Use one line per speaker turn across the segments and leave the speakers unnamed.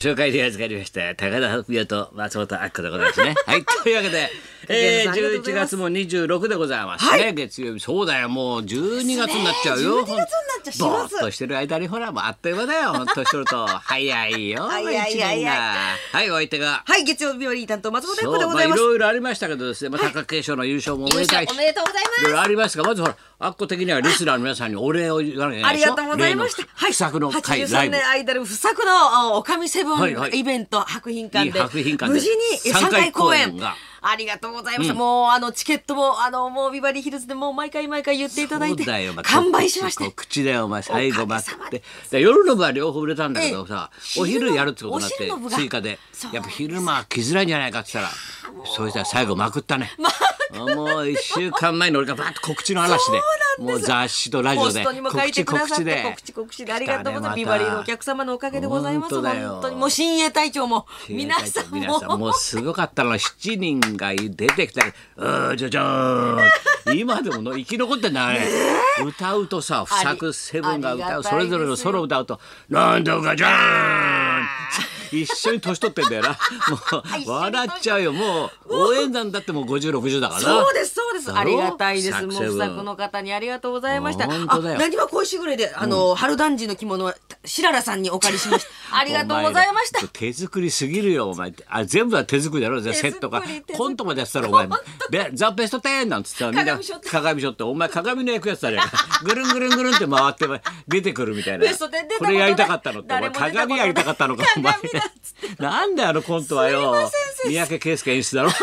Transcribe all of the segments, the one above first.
紹介で預かりました。高田文夫と松本明子でございます ね。はい。というわけで、え
ありがとう
ー、
ご
11
ざいます
月も26でございますね。月曜日、そうだよ、もう12月になっちゃうよ。
ですね12月になっちゃう知らず
ぼーっとしてる間に、ほら、もうあっという間だ よ。ほんとしとると。早いよ、
早い
一年が。はい、お相手が。
はい、月曜日より担当松本
そ
彦で
う、
ご
まあ、
ざい
い
ます。
ろいろありましたけどですね、まあ、貴景勝の優勝もおめでたいし。
おめでとうござい
いろいろありますが、まずほら、アッコ的にはリスナーの皆さんにお礼を言わなきゃいけな
ま
い
す。あ
で
り
しょ
がとうございました。
例の不作の
はい、
会、ライブ
83年。アイドル不作のおかみセブ
はいはい
ンイベント博品館
いい
で
博品館で
無事に
三
三
回
回
公
公
演
演
が
ありがとうございました。もうあのチケットもあのもうビバリーヒルズでもう毎回毎回言っていただいて
そうだよまあ
完売しました。
告知だよお前最後待
お
っ
か
て
げ
で夜の部は両方売れたんだけどさ
ええ
お昼やるってことにな
お昼の
っ
部
て
が
追加で
そう
や
な
っ
ん
ぱ
です
昼間は来づらいんじゃないかって言ったらそしたら最後まくったねもう一週間前に俺がバーッと告知の嵐で
そうなん
も
です
う雑誌とラジオ
ポス
で
トにも書い
告
て
知
くだ
告
さって
知で
告知告知でありがとうございます。ビ
来たね
バリーのお客様のおかげでございます。
本
本
当だよ
当にもう新鋭隊長も皆さん
皆さん
も
もうすごかったの7人が出てきたり「うーじゃじゃーん」今でもの生き残ってんだね、歌うとさ不作セブンが歌うそれぞれのソロ歌うと「なんとかじゃーん」一緒に年取ってんだ よなもう笑っちゃうよもう応援団だってもう5060だからな
そうですそうです
だ
あ
ろ
りがたいです
作
もう
成分
不作の方にありがとうございました
本当だよ
あ何は恋しぐれであの、春団児の着物はしららさんにお借りしましたありがとうございました
お前ら手作りすぎるよお前あ全部は手作りだろセ
作り
ットが
手作り
コントまでやってたらお前べザ・ベスト10なんつってたらみんな
鏡ショット
鏡ショットお前鏡の役やってたじゃんぐるんぐるんぐるんって回って出てくるみたいな
ベスト10出たこ
こ
と
れやりたかったのってお前
誰も
鏡
出たこと
やりたかったのかお前
鏡だっつ
なんだよあのコントはよ
すいません
三宅圭介演出だろ
ス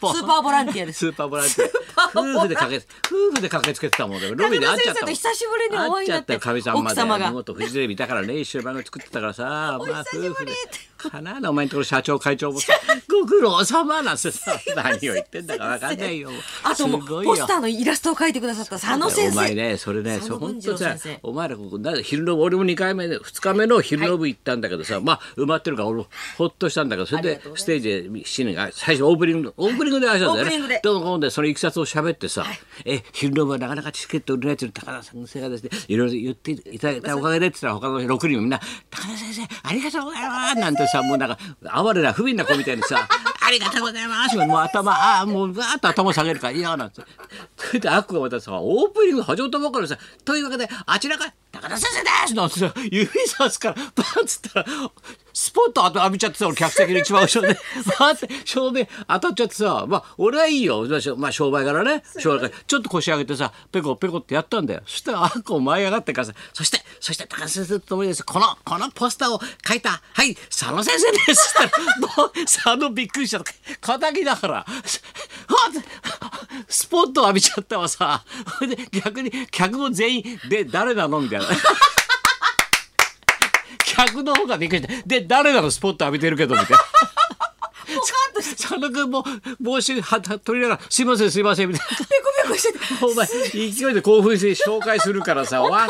ーパーボランティアです
スーパーボランティア
パーボラン
夫婦で駆け夫婦で駆けつけてたもんねロビーで会っちゃったもん
中村先生と久しぶりにお会いになって
会っちゃったよかみさんま
奥
で
様が
見事フジテレビだからね一緒に番組作ってたからさお
久しぶり
かなあなお前のところ社長会長もさご苦労様なんて さ何を言ってんだかわかんないよ
あとも
すご
う
いよ
ポスターのイラストを描いてくださった佐野先
お
生
前ねそれね
佐
そ
野
う本
文次
当
郎
さ
先生
お前らここな昼の部俺も2回目で2日目の昼の部行ったんだけどさ、まあ埋まってるから俺もほっとしたんだけどそれ
あり
で
がとうございます
ステージで7人が最初オープニングのオープニングで挨拶
オープニン
だ
グ
よね
で
どうのこうのでそのいきさつを喋ってさ、え昼の部はなかなかチケット売れないという高田先生がですねいろいろ言っていただいたおかげでって言ったら他の6人もみんな「高田先生ありがとうございます」なんてさもうなんか哀れな不憫な子みたいに さ「ありがとうございます」もう頭ああもうわーっと頭下げるから嫌なんてそれでアックがまたさオープニング始まったばっかりでさ「というわけであちらから高田先生です!」なんてさ指さすからパンっつったらスポッと浴びちゃってさ俺客席の一番後ろでバーって照明当たっちゃってさまあ俺はいいよまあ商売からね商売からちょっと腰上げてさペコペコってやったんだよそしたらあっこ舞い上がってからさそしてそして高田先生ともにですこのこのポスターを書いたはい佐野先生ですそしたらもう佐野びっくりしちゃった敵だからあスポット浴びちゃったわさそれで逆に客も全員で誰なのみたいな。客の方がびっくりしてで誰なのスポット浴びてるけどみたいな。佐野君も帽子はた取りながら「すいませんすいません」みたいな。
ペコペコしてて
お前勢いで興奮して紹介するから さわ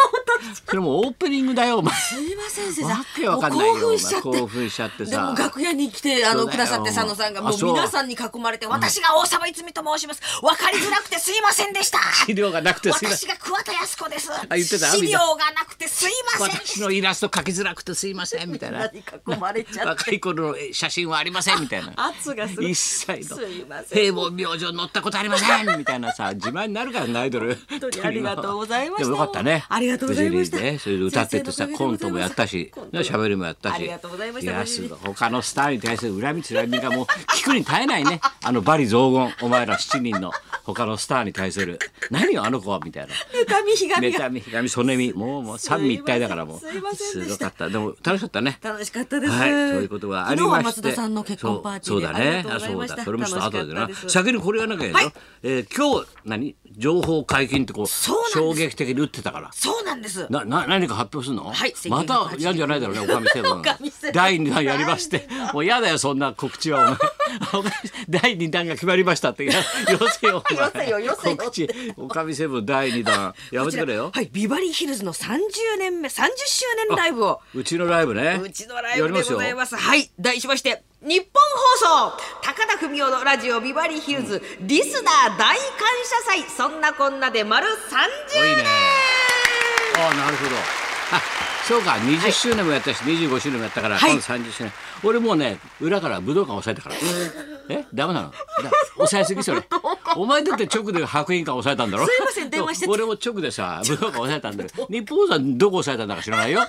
それもうオープニングだよお前。
すいません先生
わけわかんないよ
もう興奮しちゃって
お前興奮しちゃってさ
でも楽屋に来てあ
そうだよ
のくださって佐野さんがも
あそう
う皆さんに囲まれて私が王様いつみと申します分かりづらくてすいませんでした
資料がなくてすいませ
私が桑田靖子です
言ってた
資料がなくてすいませんでし
私のイラスト描きづらくてすいませんみたい
た
な
何囲まれちゃって
若い頃の写真はありませんみたいな
圧がすご い
一切の
すいませ
平
ん
凡明星に乗ったことありませ んみたいなさ自慢になるからねアイドル本
当にありがとうございました
でもよかったね
ありがとうございまし
フジ
た
テレビでねそれで歌っててさ
先生の
コ
おかげでござ
ントも
います
やったし
コント
ね喋りもやったし
ありがとうございました
や
ご主人
すごい他のスターに対する恨みつらみがもう聞くに耐えないねあのバリ雑言お前ら7人の他のスターに対する何よあの子はみたいな
妬みひがみ
妬
が
みひがみそねみもうもう三位一体だからもう
すいませんでした
ごかったでも楽しかったね
楽しかったです、
はい、ということがありまして
昨日は松田さんの結婚パーティーで
そうそうだね
ありがとうございました
あそうだそれもちょっと後でな
楽しかったです
先にこれやらなきゃいけないよ、えー今日何情報解禁ってこう
そうなんです
衝撃的に打ってたから
そうなんです
なな何か発表するの、
はい
またやんじゃないだろうねおかみセブ ン
おかみセブン
第2弾やりましてもうやだよそんな告知はお前お かみ第2弾が決まりましたっていやよせよお前
よせよよせよって
告知おかみセブン第2弾やめてくれよ
こちらはい、ビバリーヒルズの30年目30周年ライブを
うちのライブね
うちのライブでござ
や
い
りま
ますす。はい、題しまして、日本放送、高田文夫のラジオビバリーヒルズ、リスナー大感謝祭、そんなこんなで丸30
よいい
年
ねああなるほどあ そうか20周年もやったし、25周年もやったから、
はい
今度30周年俺もうね裏から武道館押さえたからえダメなのだ押さえすぎ それお前だって直で白銀館押さえたんだろ
すいません電話しちゃって
俺も直でさ武道館押さえたんだよ日本さんどこ押さえたんだか知らないよ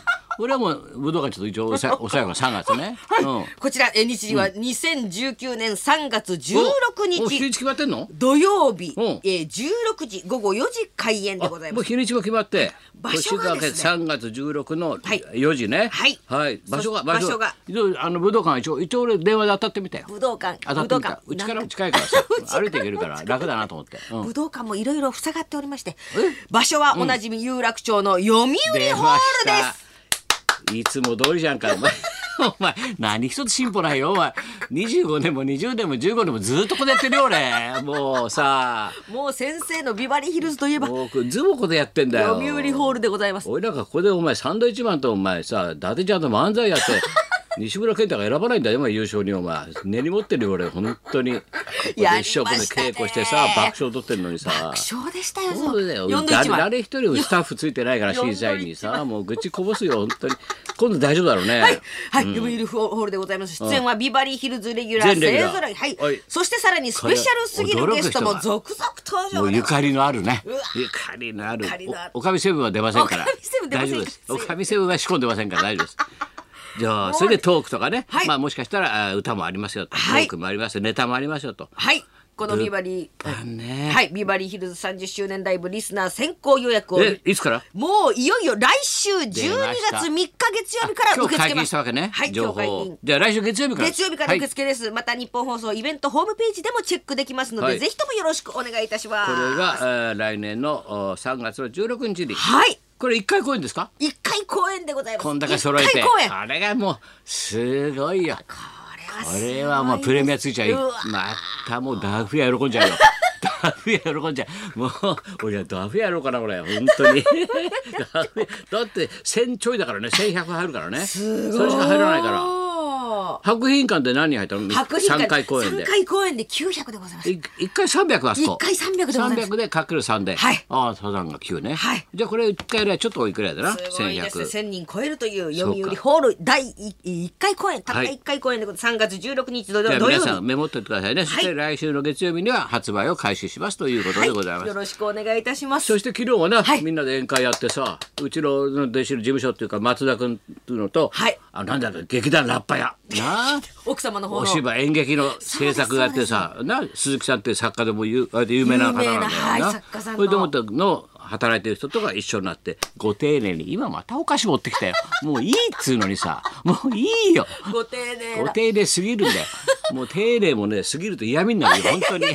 俺はもう武道館ちょっと一応 押さえ押さえたから3月ね、うん
こちらえ日時は2019年3月16
おお日
日
にち決まってんの
土曜日、
うん
えー、16時午後4時開演でござい
も
ま
う
す。
日にちも決まって
場所がですね
3月16の
はい
4時ね
はい
場所が
そ場所が
あの武道館は一応一応俺電話で当たってみたよ
武道館
当たってみた
武
う
道
ち
館
からも近いから さ
うちからも
歩いていけるから楽だなと思って、うん
武道館もいろいろ塞がっておりまして、場所はおなじみ有楽町の読売ホール
出
で
ましたいつも通りじゃんかお前 お前何一つ進歩ないよお前25年も20年も15年もずっとこれやってるよ俺もうさ
す。もう先生のビバリーヒルズといえば読
僕ズボコでやってんだよ
売ホールでございます。
俺なんかここでお前サンドイッチマンとお前さ伊達ちゃんと漫才や って西村健太が選ばないんだよお前優勝にお前根に持ってるよ俺本当に
やりま
一
し
生
たね
懸命稽古してさ爆笑取ってるのにさ
爆笑でしたよ。
そうだよ
読んで一
誰
番。
誰一人スタッフついてないから
よ
審査員にさもう愚痴こぼすよ本当に今度大丈夫だろうね、
はい、読売ホールでございます。出演はビバリーヒルズレギュラ
全
ー
レギュ
勢
ラー
ぞろい、はい
はい、
そしてさらにスペシャルすぎるゲストも続々登
も
場
う
で
ゆ
ございます。
かりのあるね
うわ
ゆかりのある
ゆかりのある
おおかみセブンは出ませんから
おかみセブン出ません
大
か
丈夫ですおかみセブンは仕込んでません から大丈夫ですじゃ
も
あ
う
それでトークとかね、
はい
まあもしかしたらあ歌もありますよと、
は
ト
い
ークもありますよネタもありますよと
はい、このビバリー、
だね、
はい、ビバリーヒルズ30周年ライブリスナー先行予約を
えいつから
もういよいよ来週12月3日月曜日から
今
受
日
け付
解
けま
禁
す。
したわけね、
はい、
情
今日解
報
禁
を。じゃあ来週月曜日から
月曜日から受
はい
付です、また日本放送イベントホームページでもチェックできますので、
はい
ぜひともよろしくお願いいたします。
これが、えー、来年のお3月の16日に
はい、
これ一回公演ですか
一回公演でございます。
こんだけ揃え
一
て
回公演。こ
あれがもうすごいよ
れは
こ
すごい
れはもうプレミアついちゃうよ
うわ
またもうダフ屋喜んじゃ うよダフ屋喜んじゃうもう俺はダフ屋やろうかな俺本当 にダフ屋だって1000ちょいだからね1100入るからねそれしか入らないから
ら。
博品館で何人入ったの
白人
3回公演で
3回公演で900でございます。
い一回三百あそこ。
一回300でございます
300でかける三で。
はい
ああ、サザンが九ね。
はい
じゃあこれ一回ぐらいちょっと多いくらいだな。
すごいですね。
1100
1000人超えるという
そう
読
か
売ホール第1回公演、たった
はい
1回公演でございます。3月16日土
じゃあ
曜土
皆
曜日。
さんメモっておいてくださいね。そして来週の月曜日には発売を開始しますということでございます。
よろしくお願いいたします。
そして昨日はな、
はい
みんなで宴会やってさうちの弟子の事務所っていうか松田君っていうのと、
はい
あなんだっけ劇団ラッパ 屋なあ
奥様の方の
お芝居演劇の制作があってさな鈴木さんっていう作家でも有あれで有名な方なんだよ
有名な
な。
はい作家さんの
それでもっての働いてる人とか一緒になってご丁寧に今またお菓子持ってきたよもういいっつうのにさ もういいよ
ご丁寧
ご
な
丁寧すぎるんだよもう丁寧もね過ぎると嫌味になるよ本当に。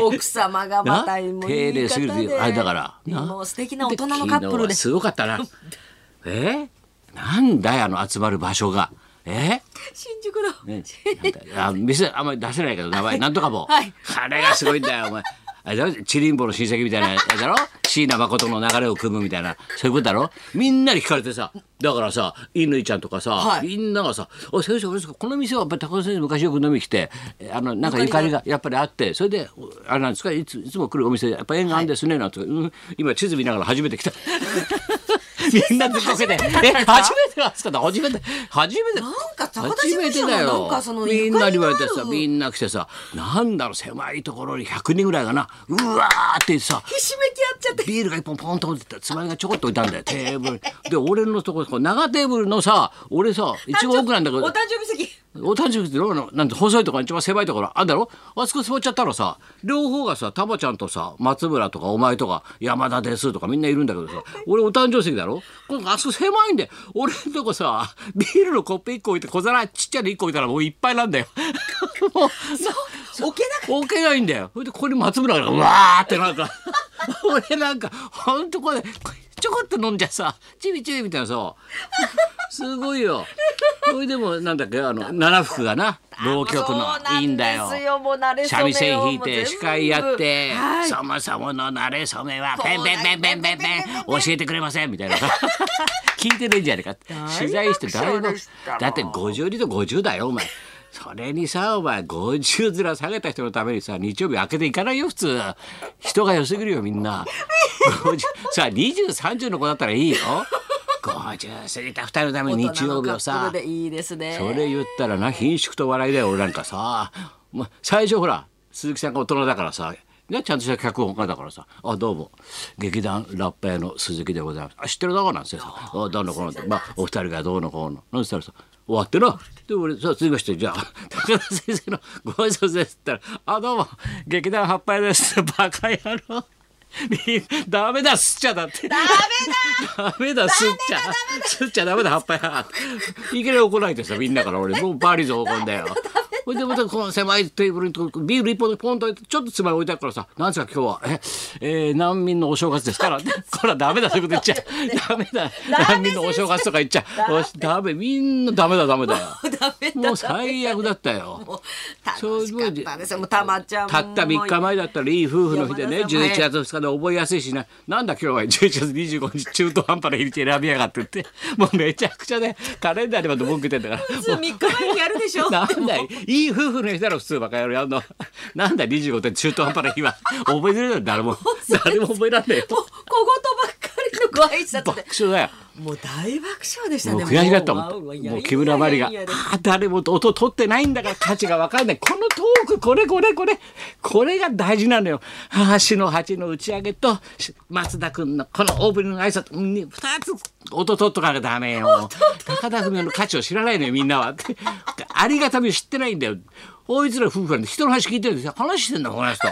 奥様がまたもう言
丁
い
寧すぎる
方で
あれだからな
もう素敵な大人のカップル
昨日は
で
すごかった なえなんだよあの集まる場所がえ
新宿の、
ね なんだあ店あんまり出せないけど名前なんとかも、
はい
あれがすごいんだよお前あれだろチリンボの親戚みたいなやつだろ椎名誠の流れを組むみたいなそういうことだろみんなに聞かれてさだからさ乾ちゃんとかさ、
はい
みんながさ「おい先生俺ですかこの店はやっぱり高田先生昔よく飲みに来てえあのなんかゆかりがやっぱりあってそれでおあれなんですかいついつも来るお店やっぱ縁があるんですね」なんて、うん今地図見ながら初めて 来た。みんなずっこけて「え初めてなんですか?」初めて初めて
なんか高田
初
事
めて
務所の
だ
なん
よ
かその
みんなに言われて
ゆか
さ
りのある
みんな来てさなんだろう狭いところに100人ぐらいがなうわーってさ
ひしめき合っちゃって
ビールが一本ポンと置いてたつまみがちょこっと置いたんだよテーブルにで俺のとここう長テーブルのさ俺さ一番奥なんだけ
お
ど
誕生日席
お誕生日ってなんて細いところ一番狭いところあんだろあそこ座っちゃったらさ両方がさタマちゃんとさ松村とかお前とか山田ですとかみんないるんだけどさ俺お誕生日席だろこのあそこ狭いんで俺んとこさビールのコップ1個置いて小皿ちっちゃいの1個置いたらもういっぱいなんだよ。 もう
そう置けなかっ
置けないんだよ。それでここに松村がうわーって なんか俺なんかほんとこれちょこっと飲んじゃさチビチビみたいなさすごいよ。それでもなんだっけあの七福がな浪曲の
あそうなんですよ
いいんだよ
もう慣れ初めを
三味線弾いて司会やって
全部は
「
い
そもそもの慣れ初めはペンペンペンペンペンペン
そう
教えてくれません」みたいな 聞いてるんじゃないかって取材してだい
大爆笑
ぶ
でした
だって52と50だよお前。それにさお前50面下げた人のためにさ日曜日開けていかないよ普通人が良すぎるよみんな50さあ2030の子だったらいいよ50過ぎた二人のために日曜日を
大人のカッ
さ
プルでいいですね
それ言ったらな貧縮と笑いだよ俺なんかさもう最初ほら鈴木さんが大人だからさね、ちゃんとした脚本家だからさ「あどうも劇団ラッパ屋の鈴木でございます」あ「知ってるだろ」なんてさ「あどうのこうの」って、まあ、お二人がどうのこうのなんて言ったらさ「終わってな」で俺さ続きましてじゃあ高田先生のご挨拶ですって言ったら「あどうも劇団ラッパ屋です」ってバカ野郎 ダメだ吸っちゃだって。ダメだ、すっちゃ。すっちゃダメだ、葉っぱや。いきなり怒られてさ、みんなから俺、もうバーリーズ怒んだよ。ほいでまたこの狭いテーブルにとビール一本でポンと置いてちょっとつまみ置いてあるからさ「なんですか今日はえ、えー難民のお正月です から」こらダメだそういうこと言っちゃダメだ難民のお正月とか言っちゃおしダメみんなダメだダメだよ
ダメだ
もう最悪だったよ。
もう楽しかったですよもうたまちゃんも
たった3日前だったらいい夫婦の日でね
山田さんも
11月2日で覚えやすいしななんだ今日は11月25日中途半端な日にち選びやがってって もうめちゃくちゃねカレンダーでまた文句言ってんだから
普通3日前にやるでしょ
な
で
ん
も
だいいい夫婦の日だろ普通バカ野郎やんのなんだ25って中途半端な日は覚えてるよ誰も誰も覚えらんないよ
もう小言ばっかりのご挨拶
爆
で
笑だよ
もう大爆笑でした
もう
ね
悔しがったも
わ
ん。
わいや
もう木村まりが、あ
いやいやいや
あ、誰も音取ってないんだから価値がわかんない。このトーク、これこれこれ、これが大事なのよ。橋の八の打ち上げと、し松田君のこのオープニングの挨拶、に二つ音取っとかなきゃダメよ。高田文夫の価値を知らないのよ、みんなは。ありがたみを知ってないんだよ。こいつら夫婦なんで人の話聞いてるんですよ。話してんだ、この人。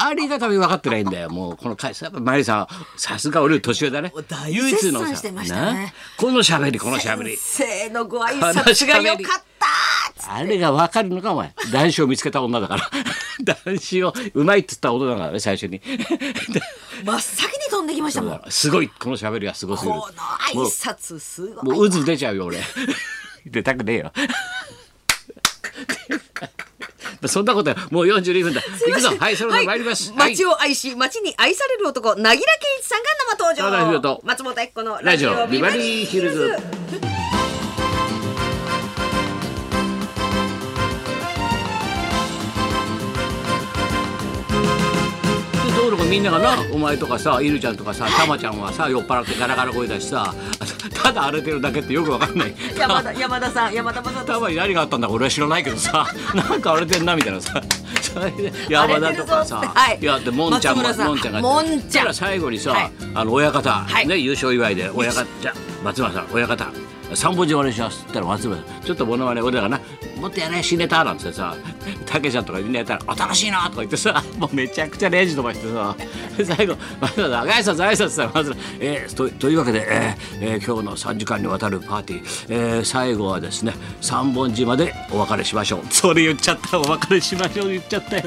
ありがたみ分かってないんだよ。もう、この会社、やっぱマリさんは、さすが俺より年上だね。
大
唯一の
絶賛してましたね
なこの喋り、この喋り。
先生のご挨拶が良かった
あれが分かるのかお前男子を見つけた女だから 男子をうまいっつった女だからね最初に
真っ先に飛んできましたもん
すごいこの喋りがすごすぎる
この挨拶すごい
もう渦出ちゃうよ俺出たくねえよ そんなことよもう42分だいくぞはいそれでは参ります、はい
街を愛し街に愛される男なぎら健一さんが生
そうだヒ
登
ロ
場
ト
松本明子のラ
ラ
ジ
ジ
オ
オビ
ビバ
バ
リ
リー
ーヒ
ヒ
ル
ル
ズ
ズでどうのかみんながなお前とかさイルちゃんとかさたまちゃんはさ酔っ払ってガラガラ声だしさ ただ荒れてるだけってよくわかんない
山田山田さん山田正人さ
た
ん
まに 何があったんだか俺は知らないけどさ なんか荒れてんなみたいなさ それで山田とかさ、
荒れてるぞってはい
いやでもんちゃんも
松村さん
もんちゃんが
もんちゃん
そしたら最後にさ、
はい
あの親方、
はい
ね優勝祝いで親方じゃあ松村さん親方三本字お願いしますって言ったら松村さんちょっとモノマネ俺らがなもっとやれ死ねたなんつってさたけちゃんとかみんなやったら新しいなとか言ってさもうめちゃくちゃレジ飛ばしてさ最後松村さん挨拶挨拶さ松村えー、とというわけで、えーえー今日の3時間にわたるパーティー、えー最後はですね三本字までお別れしましょうそれ言っちゃったお別れしましょう言っちゃったよ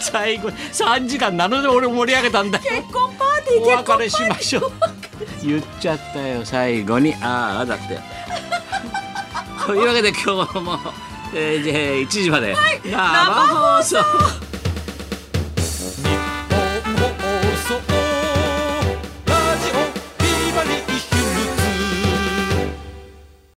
最後3時間なので俺盛り上げたんだよ
結婚パーティー
お
結婚
別れしましょう 言っちゃったよ最後にああだってというわけで今日も、えー、1時まで生放送